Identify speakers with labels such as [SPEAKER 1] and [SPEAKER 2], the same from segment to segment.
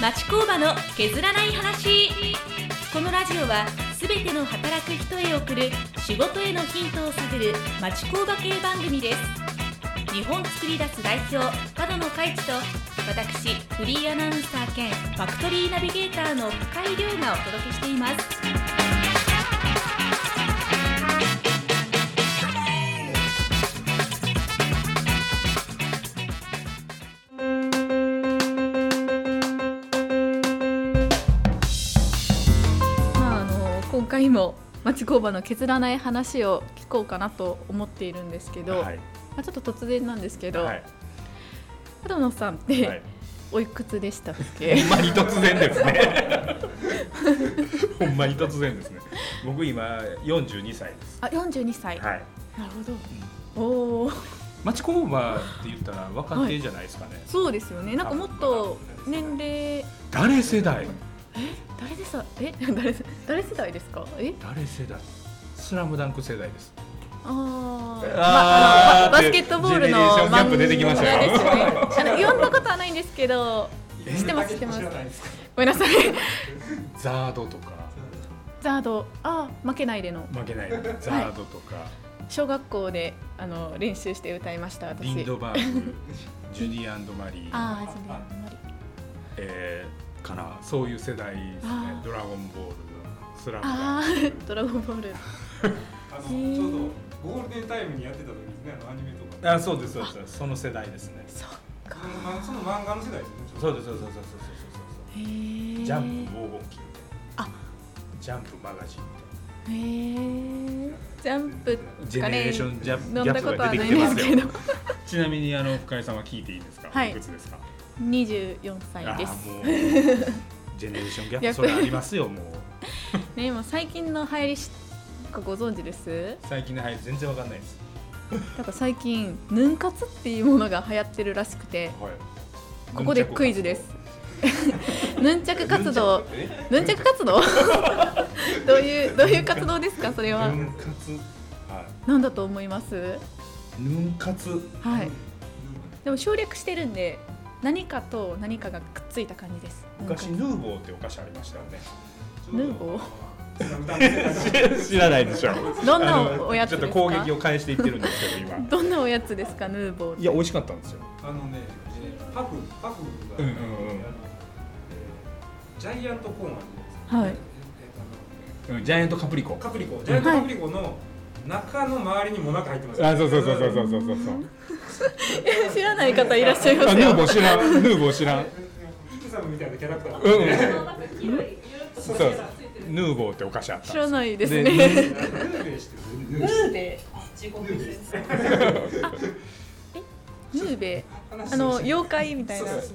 [SPEAKER 1] 町工場の削らない話このラジオはすべての働く人へ送る仕事へのヒントを探る町工場系番組です日本作り出す代表角野海地と私フリーアナウンサー兼ファクトリーナビゲーターの深井亮がお届けしています
[SPEAKER 2] まあ、あの今回も町工場の削らない話を聞こうかなと思っているんですけど、
[SPEAKER 3] はい
[SPEAKER 2] まあ、ちょっと突然なんですけど、
[SPEAKER 3] は
[SPEAKER 2] 角
[SPEAKER 3] い
[SPEAKER 2] 野さんっ
[SPEAKER 3] は
[SPEAKER 2] て
[SPEAKER 3] い
[SPEAKER 2] おいくつでしたっけ
[SPEAKER 3] ほんまに突然ですね ほんまに突然ですね僕今42歳です
[SPEAKER 2] あ42歳、
[SPEAKER 3] はい
[SPEAKER 2] なるほどおお
[SPEAKER 3] 町工場って言ったら若手じゃないですかね、
[SPEAKER 2] そうですよねなんかもっと年齢
[SPEAKER 3] 誰世代
[SPEAKER 2] 誰でさえ 誰誰世代ですかえ
[SPEAKER 3] 誰世代スラムダンク世代です
[SPEAKER 2] あー
[SPEAKER 3] あー
[SPEAKER 2] まあのバ
[SPEAKER 3] って
[SPEAKER 2] スケットボールの
[SPEAKER 3] ジェネレーションギャップ出てきましたよ
[SPEAKER 2] 漫画で すよねあの言わんだことはないんですけど知ってます知ってますごめんなさい
[SPEAKER 3] ザードとか
[SPEAKER 2] ザードあー負けないでの
[SPEAKER 3] 負けないザードとか、
[SPEAKER 2] 小学校であの練習して歌いました私
[SPEAKER 3] リンドバーグジュディマリー、
[SPEAKER 2] ああ初めあんまり
[SPEAKER 3] えー、かなそういう世代ですね
[SPEAKER 2] あー
[SPEAKER 3] ドラゴンボールスラムダン
[SPEAKER 2] あ
[SPEAKER 3] ク
[SPEAKER 2] ードラゴンボール
[SPEAKER 4] あの
[SPEAKER 2] へえ
[SPEAKER 4] ちょうどゴールデンタイムにやってた時ですね、あのアニメとか。
[SPEAKER 3] あそうですそうですその世代ですね
[SPEAKER 2] そっか
[SPEAKER 4] その漫その漫画の世代ですよね。ちょ
[SPEAKER 3] そううですそうですそうですそ
[SPEAKER 2] へ
[SPEAKER 3] う
[SPEAKER 2] え
[SPEAKER 3] ですジャンプ黄金期みたいな
[SPEAKER 2] あ
[SPEAKER 3] ジャンプマガジンみたい
[SPEAKER 2] へ
[SPEAKER 3] な
[SPEAKER 2] えジャンプ
[SPEAKER 3] ジェネレーションジャ
[SPEAKER 2] 飲ん
[SPEAKER 3] ャ
[SPEAKER 2] だ
[SPEAKER 3] ッ
[SPEAKER 2] こと
[SPEAKER 3] プ
[SPEAKER 2] は
[SPEAKER 3] が出
[SPEAKER 2] な
[SPEAKER 3] て
[SPEAKER 2] いん
[SPEAKER 3] きて
[SPEAKER 2] で
[SPEAKER 3] ますす
[SPEAKER 2] け
[SPEAKER 3] よ
[SPEAKER 2] ど
[SPEAKER 3] ちなみにあの深井さんは聞いていいですか、
[SPEAKER 2] はい
[SPEAKER 3] いくつですか
[SPEAKER 2] 24歳で
[SPEAKER 3] あ
[SPEAKER 2] す
[SPEAKER 3] ーもうジェネレーションギャッ
[SPEAKER 2] やっぱ
[SPEAKER 3] プそれありますよもう
[SPEAKER 2] ねもう最近の流行りしなんかご存知です
[SPEAKER 3] 最近の流行り全然わかんないです
[SPEAKER 2] なんか最近ヌン活っていうものが流行ってるらしくて
[SPEAKER 3] はい
[SPEAKER 2] ここでクイズですヌンチャク活動
[SPEAKER 4] え
[SPEAKER 2] ヌンチャク活動どういうどういう活動ですかそれは
[SPEAKER 3] ヌン活は
[SPEAKER 2] 何だと思います
[SPEAKER 3] いヌン活
[SPEAKER 2] はいでも省略してるんで何かと何かがくっついた感じです
[SPEAKER 3] 昔
[SPEAKER 2] なんか
[SPEAKER 3] ヌーボーってお菓子ありましたよね
[SPEAKER 2] ヌーボー
[SPEAKER 3] 知らないでしょ
[SPEAKER 2] どんなおやつですか
[SPEAKER 3] あのちょっと攻撃を返していってるんですけど今
[SPEAKER 2] どんなおやつですかヌーボー
[SPEAKER 3] いや美味しかったんですよ
[SPEAKER 4] あの ね、えーパフパフが、
[SPEAKER 3] うんうんうん
[SPEAKER 4] あのえージャイアントコーンあるじゃないですか。
[SPEAKER 2] はい
[SPEAKER 4] えーえーと
[SPEAKER 3] うんジャイアントカプリコ
[SPEAKER 4] あのカプリコ、ジャイアントカプリコの中の周りにもなか入ってますよ。
[SPEAKER 3] あそうそうそうそうそうそうそう
[SPEAKER 2] 知らない方いらっしゃいま
[SPEAKER 3] あ
[SPEAKER 2] す
[SPEAKER 3] ヌーボ
[SPEAKER 2] よ
[SPEAKER 3] ー知らんヌーボー知らん
[SPEAKER 4] イキサムみたいなキャラクター
[SPEAKER 3] う
[SPEAKER 4] が。
[SPEAKER 3] ん うんそうヌーボーってお菓子あった
[SPEAKER 2] 知らないです
[SPEAKER 3] で
[SPEAKER 2] ね
[SPEAKER 4] ヌーベしてる。ヌー
[SPEAKER 5] ヌーで15分です。
[SPEAKER 2] ヌーベ
[SPEAKER 4] 話
[SPEAKER 2] あの妖怪みたいな
[SPEAKER 4] そう
[SPEAKER 2] なん
[SPEAKER 4] そう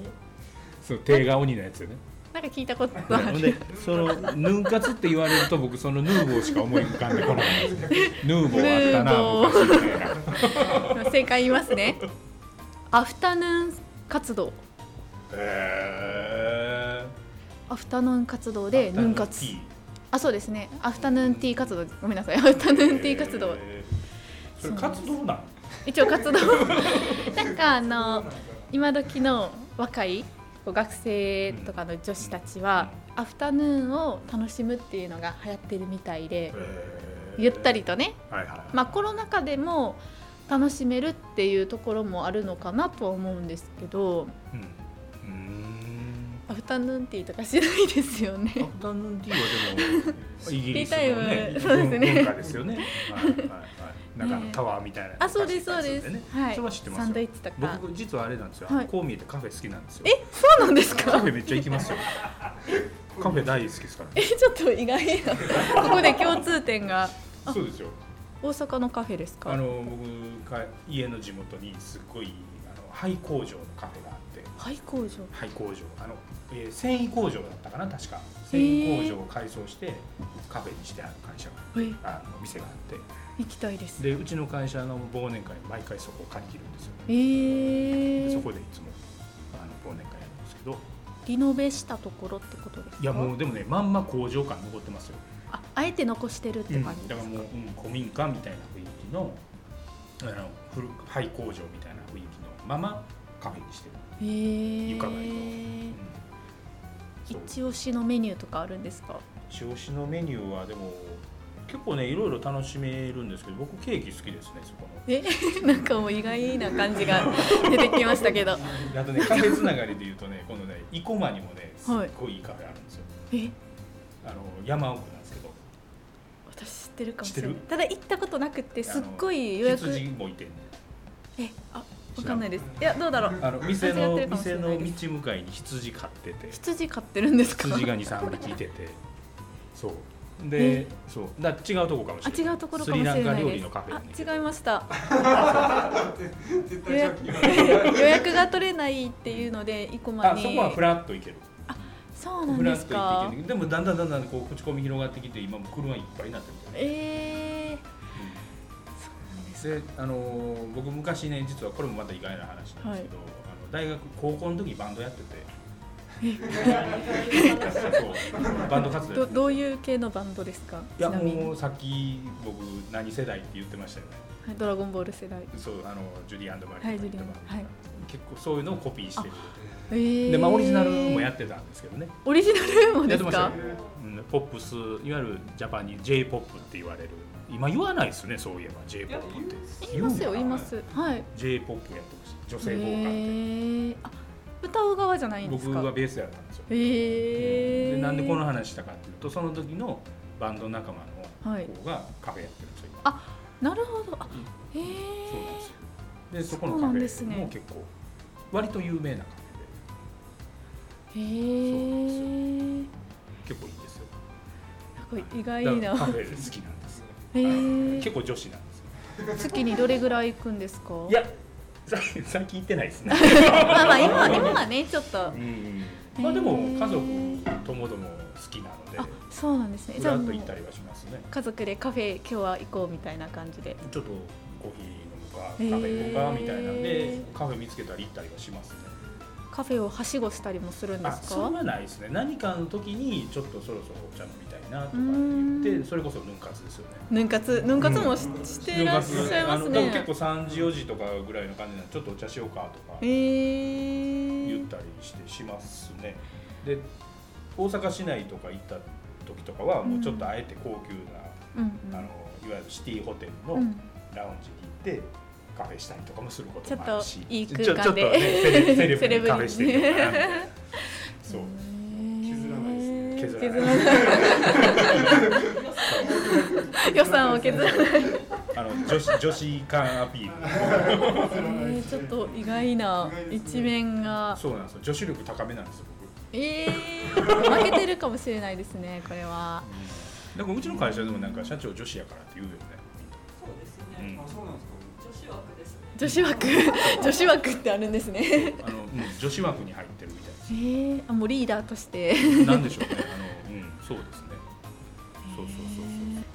[SPEAKER 3] そう手が鬼のやつよね
[SPEAKER 2] か聞いたことあ
[SPEAKER 3] ほん
[SPEAKER 2] る
[SPEAKER 3] でそのヌン活って言われると僕そのヌーボーしか思い浮かんでこないんですヌーボーあった
[SPEAKER 2] ヌーボ
[SPEAKER 3] な昔みたいな
[SPEAKER 2] 正解言いますねアフタヌーン活動
[SPEAKER 3] へ
[SPEAKER 2] アフタヌーン活動
[SPEAKER 3] ー
[SPEAKER 2] でヌン活
[SPEAKER 3] ティー
[SPEAKER 2] あそうですねアフタヌーンティー活動ごめんなさいアフタヌーンティー活動
[SPEAKER 3] へーそれ活動なん
[SPEAKER 2] 一応活動なんかあの今時の若いこう学生とかの女子たちは、アフタヌーンを楽しむっていうのが流行ってるみたいで、ゆったりとね、
[SPEAKER 3] はいはい
[SPEAKER 2] まあ、コロナ禍でも楽しめるっていうところもあるのかなとは思うんですけど
[SPEAKER 3] うんうーん
[SPEAKER 2] アフタヌーンティーとかしないですよね
[SPEAKER 3] ア。フタヌーンティー はでもイギリスのね
[SPEAKER 2] ティータイムそうですね
[SPEAKER 3] 文化ですよね。はいはいはい。なんかあの
[SPEAKER 2] ね
[SPEAKER 3] タワーみたい な。
[SPEAKER 2] あそうですそうです、
[SPEAKER 3] ね
[SPEAKER 2] はい
[SPEAKER 3] それは知ってます
[SPEAKER 2] サ
[SPEAKER 3] よ。
[SPEAKER 2] ンドイッチとか
[SPEAKER 3] 僕実はあれなんですよ、
[SPEAKER 2] はい
[SPEAKER 3] こう見えてカフェ好きなんですよ
[SPEAKER 2] えそうなんです
[SPEAKER 3] カ
[SPEAKER 2] か
[SPEAKER 3] フェめっちゃ行 きますよカフェ大好きですか
[SPEAKER 2] えちょっと意外なここで共通点が
[SPEAKER 3] らそうですよ
[SPEAKER 2] 大阪のカフェですか
[SPEAKER 3] あの僕か家の地元にすっごいあの廃工場のカフェがあって
[SPEAKER 2] 廃工場
[SPEAKER 3] 廃工場あの、えー繊維工場だったかな確か繊維工場を改装してカフェにしてある会社が
[SPEAKER 2] え
[SPEAKER 3] あの店があっ
[SPEAKER 2] 行きたいです
[SPEAKER 3] てでうちの会社の忘年会毎回そこを借り切るんですよ
[SPEAKER 2] えー、
[SPEAKER 3] でそこでいつもあの忘年会やるんですけど
[SPEAKER 2] リノベしたところってことですか
[SPEAKER 3] いやもうでもねまんま工場感残ってますよ
[SPEAKER 2] ああえて残してるって
[SPEAKER 3] うん
[SPEAKER 2] 感じで
[SPEAKER 3] だから
[SPEAKER 2] す
[SPEAKER 3] も
[SPEAKER 2] か
[SPEAKER 3] う、うん古民家みたいな雰囲気のあの古く廃工場みたいな雰囲気のままカフェにしてる、
[SPEAKER 2] へえ
[SPEAKER 3] 床がいいそう
[SPEAKER 2] 一押しのメニューとかあるんですか
[SPEAKER 3] 一押しのメニューはでも結構ねいろいろ楽しめるんですけど僕ケーキ好きですねそこの
[SPEAKER 2] え なんかもう意外な感じが出てきましたけど
[SPEAKER 3] あ とねカフェつながりで言うとねこのね生駒にもねすっごいいいカフェあるんですよ、
[SPEAKER 2] え
[SPEAKER 3] あの山奥なんですけど
[SPEAKER 2] 私知ってるかもしれ
[SPEAKER 3] 知
[SPEAKER 2] な
[SPEAKER 3] っ
[SPEAKER 2] い
[SPEAKER 3] てる
[SPEAKER 2] ただ行ったことなくってすっごい予約
[SPEAKER 3] あの羊もいてんね
[SPEAKER 2] えあわかんないですいやどうだろう
[SPEAKER 3] あの店の
[SPEAKER 2] 間違ってるかもし
[SPEAKER 3] 店
[SPEAKER 2] れ
[SPEAKER 3] の
[SPEAKER 2] ないです
[SPEAKER 3] 道向かいに羊飼って て
[SPEAKER 2] 羊飼ってるんですか
[SPEAKER 3] 羊が23匹いててそうで、
[SPEAKER 2] え
[SPEAKER 3] そうだ違うとこかもし
[SPEAKER 2] あ
[SPEAKER 3] れない
[SPEAKER 2] 違うところかもしれ
[SPEAKER 3] スリラ
[SPEAKER 2] な
[SPEAKER 3] ンカ
[SPEAKER 2] い
[SPEAKER 3] 料理
[SPEAKER 2] です
[SPEAKER 3] のカフェに
[SPEAKER 2] あ違いました
[SPEAKER 4] 絶
[SPEAKER 2] 予
[SPEAKER 4] 対さっ
[SPEAKER 2] 約
[SPEAKER 4] き
[SPEAKER 2] 予
[SPEAKER 4] の
[SPEAKER 2] 約が取れないっていうので生駒
[SPEAKER 3] あ
[SPEAKER 2] に
[SPEAKER 3] そこはフラッと行ける
[SPEAKER 2] そうなん
[SPEAKER 3] フ
[SPEAKER 2] で
[SPEAKER 3] ラッ
[SPEAKER 2] す
[SPEAKER 3] と行っ
[SPEAKER 2] か
[SPEAKER 3] ていけるでもだんだんだんだんこう口コミ広がってきて今もう車いっぱいになってるみたいな
[SPEAKER 2] え
[SPEAKER 3] であのー僕昔ね実はこれもまた意外な話なんですけど、あの大学高校の時バンドやってて そうバンド活
[SPEAKER 2] ー、
[SPEAKER 3] 動や
[SPEAKER 2] ど
[SPEAKER 3] ってて
[SPEAKER 2] どういう系のバンドですか
[SPEAKER 3] い
[SPEAKER 2] ち
[SPEAKER 3] や
[SPEAKER 2] なみに
[SPEAKER 3] もうさっき僕何世代って言ってましたよね
[SPEAKER 2] はいドラゴンボール世代
[SPEAKER 3] そうあのジュディ・アンド・マリー
[SPEAKER 2] はい
[SPEAKER 3] と
[SPEAKER 2] ジュ
[SPEAKER 3] か
[SPEAKER 2] リアンはい
[SPEAKER 3] 結構そういうのをコピーしてる
[SPEAKER 2] えー
[SPEAKER 3] で、まあ、オリジナルもやってたんですけどね
[SPEAKER 2] オリジナルも
[SPEAKER 3] や
[SPEAKER 2] で
[SPEAKER 3] って
[SPEAKER 2] す
[SPEAKER 3] ましたよ
[SPEAKER 2] か
[SPEAKER 3] うんポップスいわゆるジャパンに j p o p って言われる今言わないですねそういえば j p o p って
[SPEAKER 2] 言いますよ
[SPEAKER 3] う
[SPEAKER 2] 言いますはい
[SPEAKER 3] j p o p やってました女
[SPEAKER 2] え
[SPEAKER 3] 性ボーカルで。
[SPEAKER 2] ー、あ歌う側じゃないんです
[SPEAKER 3] 僕
[SPEAKER 2] か
[SPEAKER 3] はベースやったんですよ、
[SPEAKER 2] えー、
[SPEAKER 3] でなんでこの話したかっていうとその時のバンド仲間
[SPEAKER 2] はい
[SPEAKER 3] の子がカフェやってるんですよ、今
[SPEAKER 2] なるほどあへえ
[SPEAKER 3] そうなんですよでそこ
[SPEAKER 2] そ
[SPEAKER 3] の
[SPEAKER 2] うな
[SPEAKER 3] カフ
[SPEAKER 2] ん
[SPEAKER 3] ェ
[SPEAKER 2] ですね
[SPEAKER 3] も結構割と有名なカフ
[SPEAKER 2] へ
[SPEAKER 3] そう
[SPEAKER 2] え
[SPEAKER 3] ェで結構いいですよ
[SPEAKER 2] なんか意外
[SPEAKER 3] だから
[SPEAKER 2] な
[SPEAKER 3] カフェ好きなんですよ
[SPEAKER 2] へえ
[SPEAKER 3] 結構女子なんですよ
[SPEAKER 2] 月にどれぐらい行くんですか
[SPEAKER 3] いやさ 最近行ってないです ね、
[SPEAKER 2] まあまあ今は今はねちょっと
[SPEAKER 3] うんまあでも家族ともども好きなので
[SPEAKER 2] あそうなんですね
[SPEAKER 3] ふ
[SPEAKER 2] じゃ
[SPEAKER 3] ら
[SPEAKER 2] あ
[SPEAKER 3] っ
[SPEAKER 2] も
[SPEAKER 3] と
[SPEAKER 2] う
[SPEAKER 3] 行ったりはしますね
[SPEAKER 2] 家族でカフェ今日は行こうみたいな感じで
[SPEAKER 3] ちょっとコーヒー
[SPEAKER 2] へ
[SPEAKER 3] 飲
[SPEAKER 2] ー
[SPEAKER 3] むかカフェ行こうかみたいなんでカフェ見つけたり行ったりはしますね
[SPEAKER 2] カフェをはしごしたりもするんで
[SPEAKER 3] あ
[SPEAKER 2] す
[SPEAKER 3] そ
[SPEAKER 2] か
[SPEAKER 3] れはないですね何かの時にちょっとそろそろお茶飲みたいなとか
[SPEAKER 2] うーん
[SPEAKER 3] 言ってそれこそヌン活ですよね
[SPEAKER 2] ヌン活ヌン活もし,、
[SPEAKER 3] うん
[SPEAKER 2] してらっしゃいます
[SPEAKER 3] ヌン活あのでも
[SPEAKER 2] ね
[SPEAKER 3] 結構3時4時とかぐらいの感じなんでちょっとお茶しようかと
[SPEAKER 2] え
[SPEAKER 3] か言
[SPEAKER 2] ー
[SPEAKER 3] っ、たりしてしますねで大阪市内とか行った時とかはもうちょっとあえて高級
[SPEAKER 2] うんう
[SPEAKER 3] な、あ
[SPEAKER 2] ん
[SPEAKER 3] のいわゆるシティホテルの
[SPEAKER 2] うん
[SPEAKER 3] ラウンジに行ってカフェしたりとかもすること
[SPEAKER 2] ちょっ
[SPEAKER 3] もある
[SPEAKER 2] と
[SPEAKER 3] し
[SPEAKER 2] いい
[SPEAKER 3] ち
[SPEAKER 2] 空
[SPEAKER 3] ょちょ
[SPEAKER 2] 間
[SPEAKER 3] っと
[SPEAKER 2] で、
[SPEAKER 3] ね セレセレブに
[SPEAKER 2] に
[SPEAKER 3] カフェしてみようかなみたいなそう
[SPEAKER 4] 削らないですね
[SPEAKER 3] 削
[SPEAKER 2] 削
[SPEAKER 3] ら
[SPEAKER 2] ら
[SPEAKER 3] な
[SPEAKER 2] ないい予算を削らない、
[SPEAKER 3] あの女子女子感アピール
[SPEAKER 2] えー、ちょっと意外な一面が
[SPEAKER 3] そうなんですよ女子力高めなんですよ僕
[SPEAKER 2] えー、負けてるかもしれないですねこれは
[SPEAKER 3] だからうちの会社でもなんか社長女子やからって言うよね
[SPEAKER 5] そうですね。
[SPEAKER 4] あそうなんですか
[SPEAKER 5] 女子枠ですね。
[SPEAKER 2] 女子枠女子枠ってあるんですね
[SPEAKER 3] あの、うん、女子枠に入ってるみたい
[SPEAKER 2] えー、あもうリーダーとして
[SPEAKER 3] ですなんでしょうねあの、うん、そうですねそうそうそうそ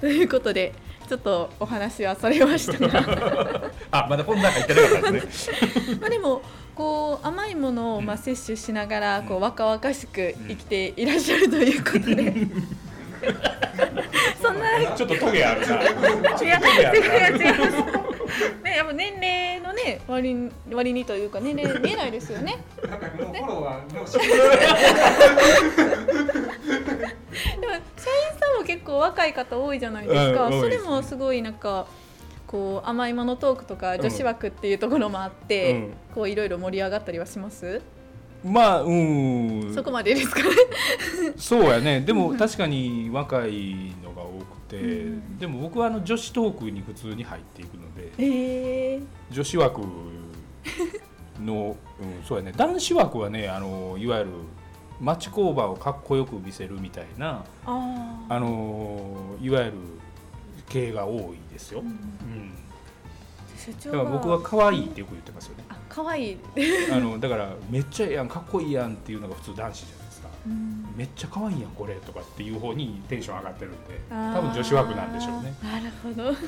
[SPEAKER 3] う
[SPEAKER 2] ということでちょっとお話はそれました が
[SPEAKER 3] あまだ本の中行ってなかったですね
[SPEAKER 2] まあでもこう甘いものをまあ摂取しながらこう若々しく生きていらっしゃるということで、そんな
[SPEAKER 3] ちょっとトゲある
[SPEAKER 2] 違
[SPEAKER 3] な
[SPEAKER 2] う違う違うね、やっぱ年齢のね割に割にというか年齢見えないですよね。
[SPEAKER 4] なんかもうフォロワーのしっ
[SPEAKER 2] でも社員さんも結構若い方多いじゃないですか。
[SPEAKER 3] うん多
[SPEAKER 2] そ
[SPEAKER 3] いで
[SPEAKER 2] れ
[SPEAKER 3] す
[SPEAKER 2] もすごいなんかこう甘いものトークとか女子枠っていうところもあって、
[SPEAKER 3] うん
[SPEAKER 2] こういろいろ盛り上がったりはします。
[SPEAKER 3] まあうん
[SPEAKER 2] そこまでですかね。
[SPEAKER 3] そうやねでも確かに若いのが多くて、
[SPEAKER 2] うん
[SPEAKER 3] でも僕はあの女子トークに普通に入っていくので
[SPEAKER 2] ええ
[SPEAKER 3] 女子枠の、うん、そうやね男子枠はねあのいわゆる町工場をかっこよく見せるみたいな
[SPEAKER 2] ああ。
[SPEAKER 3] あのいわゆる系が多いですよ、
[SPEAKER 2] う
[SPEAKER 3] うん
[SPEAKER 2] ん社長
[SPEAKER 3] だから
[SPEAKER 2] が
[SPEAKER 3] 僕は可愛いってよく言ってます よね
[SPEAKER 2] あ可愛い。
[SPEAKER 3] あのだからめっちゃええやんかっこいいやんっていうのが普通男子じゃないですか
[SPEAKER 2] うん
[SPEAKER 3] めっちゃ可愛いやんこれとかっていう方にテンション上がってるんで多分女子枠なんでしょうね、
[SPEAKER 2] あー。なるほ ど。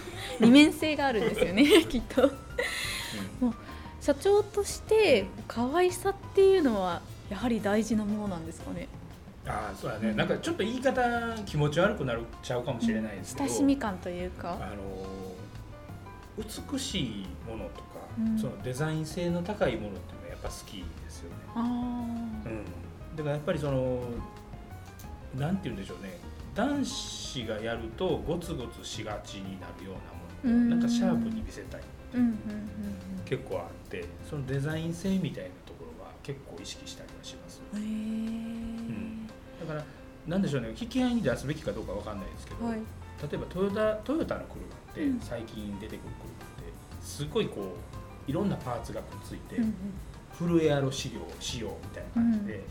[SPEAKER 2] 二面性があるんですよ ねきっと。社長として可愛さっていうのはやはり大事なものなんですかね。
[SPEAKER 3] うんああそうやねなんかちょっと言い方気持ち悪くなるちゃうかもしれないですけど、
[SPEAKER 2] 親しみ感というか、
[SPEAKER 3] あの美しいものとか、
[SPEAKER 2] うん
[SPEAKER 3] そのデザイン性の高いものっていうのはやっぱ好きですよね、
[SPEAKER 2] あ
[SPEAKER 3] うん、だからやっぱりそのなんて言うんでしょうね男子がやるとゴツゴツしがちになるようなも
[SPEAKER 2] うん
[SPEAKER 3] のなんかシャープに見せたい
[SPEAKER 2] ーうんうん
[SPEAKER 3] 結構あってそのデザイン性みたいなところは結構意識したりはします
[SPEAKER 2] うんうんへえ
[SPEAKER 3] だからなんでしょうね引き合いに出すべきかどうかわかんないですけど、
[SPEAKER 2] はい
[SPEAKER 3] 例えばトヨタトヨタの車
[SPEAKER 2] う
[SPEAKER 3] っ
[SPEAKER 2] ん
[SPEAKER 3] て最近出てくる車ってすごいこういろんなパーツがくっついて、
[SPEAKER 2] うんうん
[SPEAKER 3] フルエアロ仕様仕様みたいな感じで、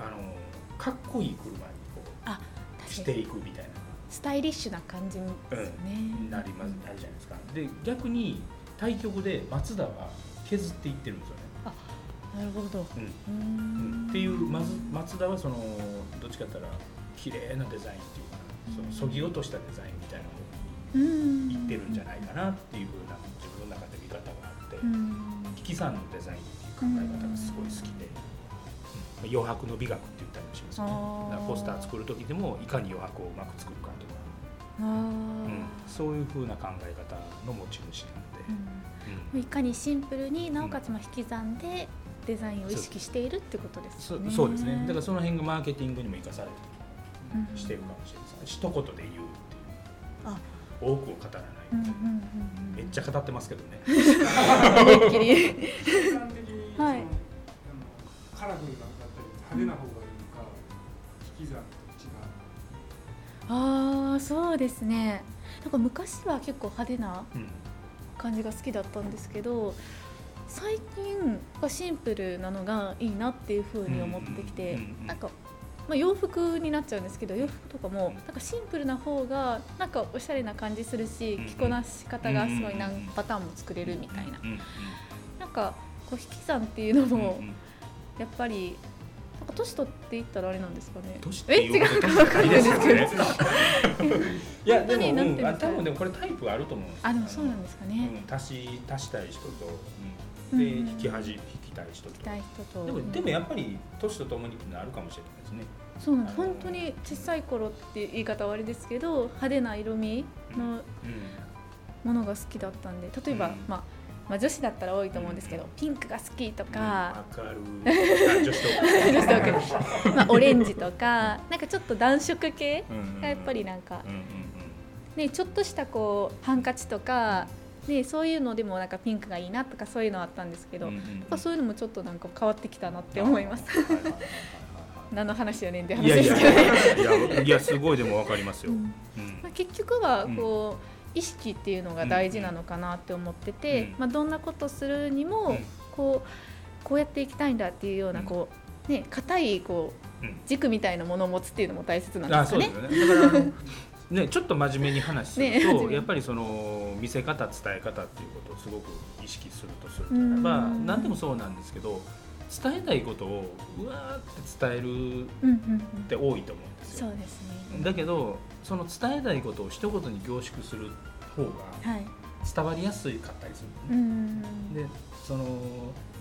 [SPEAKER 3] あのかっこいい車にこうし
[SPEAKER 2] 確か
[SPEAKER 3] て
[SPEAKER 2] に
[SPEAKER 3] いくみたい
[SPEAKER 2] スタイリッシュな感じですよね、
[SPEAKER 3] ななりますなるじゃないですかで逆に対局でマツダは削っていってるんですよね、
[SPEAKER 2] なるほど
[SPEAKER 3] う
[SPEAKER 2] うーん
[SPEAKER 3] んっていうまずマツダはそのどっちかって言ったら綺麗なデザインっていうかなそのそぎ落としたデザインみたいな
[SPEAKER 2] うん
[SPEAKER 3] 方にいってるんじゃないかなっていうふうな自分の中で見方があって、
[SPEAKER 2] うん
[SPEAKER 3] 引き算のデザインっていう考え方がすごい好きで、うん余白の美学って言ったりもしますよね
[SPEAKER 2] あー
[SPEAKER 3] だからポスター作る時でもいかに余白をうまく作るかとか、
[SPEAKER 2] あー
[SPEAKER 3] うんそういうふうな考え方の持ち主なので、う
[SPEAKER 2] う
[SPEAKER 3] ん
[SPEAKER 2] んいかにシンプルになおかつまあ引き算でデザインを意識しているってことです
[SPEAKER 3] そ
[SPEAKER 2] よね。
[SPEAKER 3] そうですねだからその辺がマーケティングにも生かされてる
[SPEAKER 2] うん
[SPEAKER 3] してるかもしれないです一言で言う
[SPEAKER 2] あ
[SPEAKER 3] っていう多くを語らない、
[SPEAKER 2] うんうんうんうん、
[SPEAKER 3] めっちゃ語ってますけどね
[SPEAKER 2] 思いっきり
[SPEAKER 4] 瞬間的にその、
[SPEAKER 2] はい
[SPEAKER 4] あのカラフルなだったり派手な方がいいのか引き算と
[SPEAKER 2] ああそうですねなんか昔は結構派手な
[SPEAKER 3] うん
[SPEAKER 2] 感じが好きだったんですけど最近はシンプルなのがいいなっていうふうに思ってきて、
[SPEAKER 3] うんうんうんうん
[SPEAKER 2] なんか、まあ、洋服になっちゃうんですけど洋服とかもなんかシンプルな方がなんかおしゃれな感じするし
[SPEAKER 3] うんうん
[SPEAKER 2] 着こなし方がすごい何パターンも作れるみたいな
[SPEAKER 3] うんうん
[SPEAKER 2] なんかこう引き算っていうの
[SPEAKER 3] うん
[SPEAKER 2] も
[SPEAKER 3] うん
[SPEAKER 2] やっぱりなんか年取っていったらあれなんですかね
[SPEAKER 3] 年って
[SPEAKER 2] え
[SPEAKER 3] いう
[SPEAKER 2] 違
[SPEAKER 3] ほ
[SPEAKER 2] う
[SPEAKER 3] ど年じゃないです よね。いや
[SPEAKER 2] 本当
[SPEAKER 3] で
[SPEAKER 2] に
[SPEAKER 3] も、
[SPEAKER 2] な
[SPEAKER 3] う
[SPEAKER 2] ってみ
[SPEAKER 3] ん、
[SPEAKER 2] たい
[SPEAKER 3] あ多分でもこれタイプがあると思うんですよ
[SPEAKER 2] あでもそうなんですかね、
[SPEAKER 3] うん足し足したい人と、
[SPEAKER 2] うん
[SPEAKER 3] で引き端引きたい人
[SPEAKER 2] 着
[SPEAKER 3] と。
[SPEAKER 2] たい人と
[SPEAKER 3] でもでもやっぱり年とともにっていうのはあるかもしれないですね。
[SPEAKER 2] そうなんで
[SPEAKER 3] あ
[SPEAKER 2] す
[SPEAKER 3] のー
[SPEAKER 2] 本当に小さい頃っていう言い方はあれですけど派手な色味のものが好きだったんで例えば、
[SPEAKER 3] うん
[SPEAKER 2] まあ、まあ女子だったら多いと思うんですけど、ピンクが好きとか、
[SPEAKER 3] うん、明るい女子とか
[SPEAKER 2] 女子だけどまあ、オレンジとかなんかちょっと暖色系がやっぱりなんか
[SPEAKER 3] うんうんうん
[SPEAKER 2] ねちょっとしたこうハンカチとかねそういうのでもなんかピンクがいいなとかそういうのあったんですけど、
[SPEAKER 3] うん
[SPEAKER 2] や
[SPEAKER 3] う
[SPEAKER 2] っ
[SPEAKER 3] んうん
[SPEAKER 2] ぱそういうのもちょっとなんか変わってきたなって思います。
[SPEAKER 3] はいはいはい
[SPEAKER 2] 何の話やねんって
[SPEAKER 3] はいはい
[SPEAKER 2] 話
[SPEAKER 3] いや
[SPEAKER 2] で
[SPEAKER 3] い
[SPEAKER 2] すけどね。
[SPEAKER 3] やいやいやすごいでもわかりますよ。
[SPEAKER 2] う
[SPEAKER 3] うんん
[SPEAKER 2] まあ、結局はこう、意識っていうのが大事なのかなって思ってて、
[SPEAKER 3] うん
[SPEAKER 2] まあ、どんなことするにも、
[SPEAKER 3] うん
[SPEAKER 2] こうこうやっていきたいんだっていうような
[SPEAKER 3] うん
[SPEAKER 2] こう、ね硬いこう
[SPEAKER 3] うん
[SPEAKER 2] 軸みたいなものを持つっていうのも大切なんで
[SPEAKER 3] あ
[SPEAKER 2] す
[SPEAKER 3] そ
[SPEAKER 2] か
[SPEAKER 3] うで
[SPEAKER 2] ね
[SPEAKER 3] す。よね。だからあのねちょっと真面目に話する
[SPEAKER 2] ね真面
[SPEAKER 3] と、
[SPEAKER 2] 目に
[SPEAKER 3] やっぱりその見せ方伝え方っていうことをすごく意識するとする
[SPEAKER 2] う
[SPEAKER 3] なら
[SPEAKER 2] ん
[SPEAKER 3] ば、何でもそうなんですけど伝えたいことをうわーって伝える
[SPEAKER 2] うんうんうん
[SPEAKER 3] って多いと思うんです
[SPEAKER 2] そう
[SPEAKER 3] よ。
[SPEAKER 2] ですね。
[SPEAKER 3] だけどその伝えたいことを一言に凝縮する方が
[SPEAKER 2] はい。
[SPEAKER 3] 伝わりやすかったりするん
[SPEAKER 2] う
[SPEAKER 3] ですね。
[SPEAKER 2] ん。
[SPEAKER 3] でその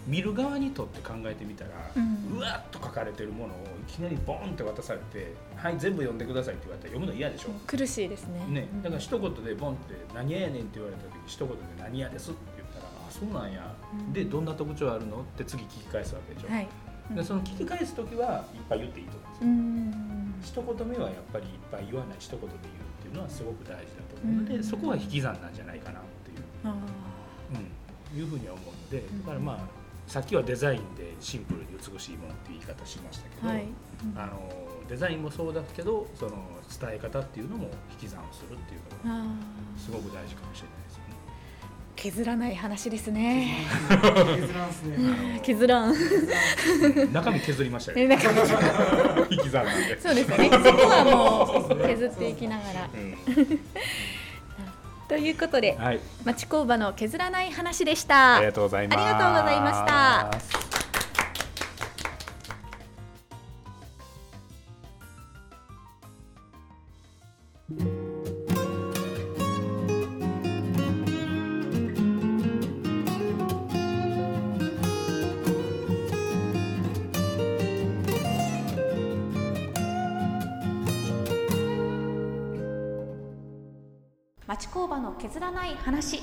[SPEAKER 3] 見る側にとって考えてみたら、
[SPEAKER 2] う
[SPEAKER 3] うんわっと書かれてるものをいきなりボーンって渡されて「はい全部読んでください」って言われたら読むの嫌でしょ、
[SPEAKER 2] 苦しいですね。
[SPEAKER 3] ね、だから一言でボンって「何ややねん」って言われた時一言で「何やです」って言ったら「あそうなんや」
[SPEAKER 2] うん
[SPEAKER 3] で「どんな特徴あるの?」って次聞き返すわけでしょ、
[SPEAKER 2] はい。
[SPEAKER 3] でその聞き返す時はいっぱい言っていいと思うんです
[SPEAKER 2] うん。
[SPEAKER 3] よ、一言目はやっぱりいっぱい言わない一言で言うっていうのはすごく大事だと思うので、
[SPEAKER 2] うん
[SPEAKER 3] そこは引き算なんじゃないかなっていう
[SPEAKER 2] あ
[SPEAKER 3] うん、いうふうには思うので、だからまあさっきはデザインでシンプルに美しいものっていう言い方しましたけ
[SPEAKER 2] ー
[SPEAKER 3] ど、
[SPEAKER 2] はい。
[SPEAKER 3] あのデザインもそうだけどその伝え方っていうのも引き算をするっていうのが
[SPEAKER 2] あ
[SPEAKER 3] すごく大事かもしれないですよね。
[SPEAKER 2] ー削らない話ですね。
[SPEAKER 4] 違う削らんすね
[SPEAKER 2] 削らん。
[SPEAKER 3] 中身削りました
[SPEAKER 2] ね
[SPEAKER 3] よ、
[SPEAKER 2] なんか
[SPEAKER 3] 引き算なんで。
[SPEAKER 2] そうですよ ね。そこはもう削っていきながら。
[SPEAKER 3] うん
[SPEAKER 2] ということで、
[SPEAKER 3] はい、
[SPEAKER 2] 町工場の削らない話でし
[SPEAKER 3] あ
[SPEAKER 2] た
[SPEAKER 3] り。がとうございます。
[SPEAKER 2] ありがとうございました。町工場の削らない話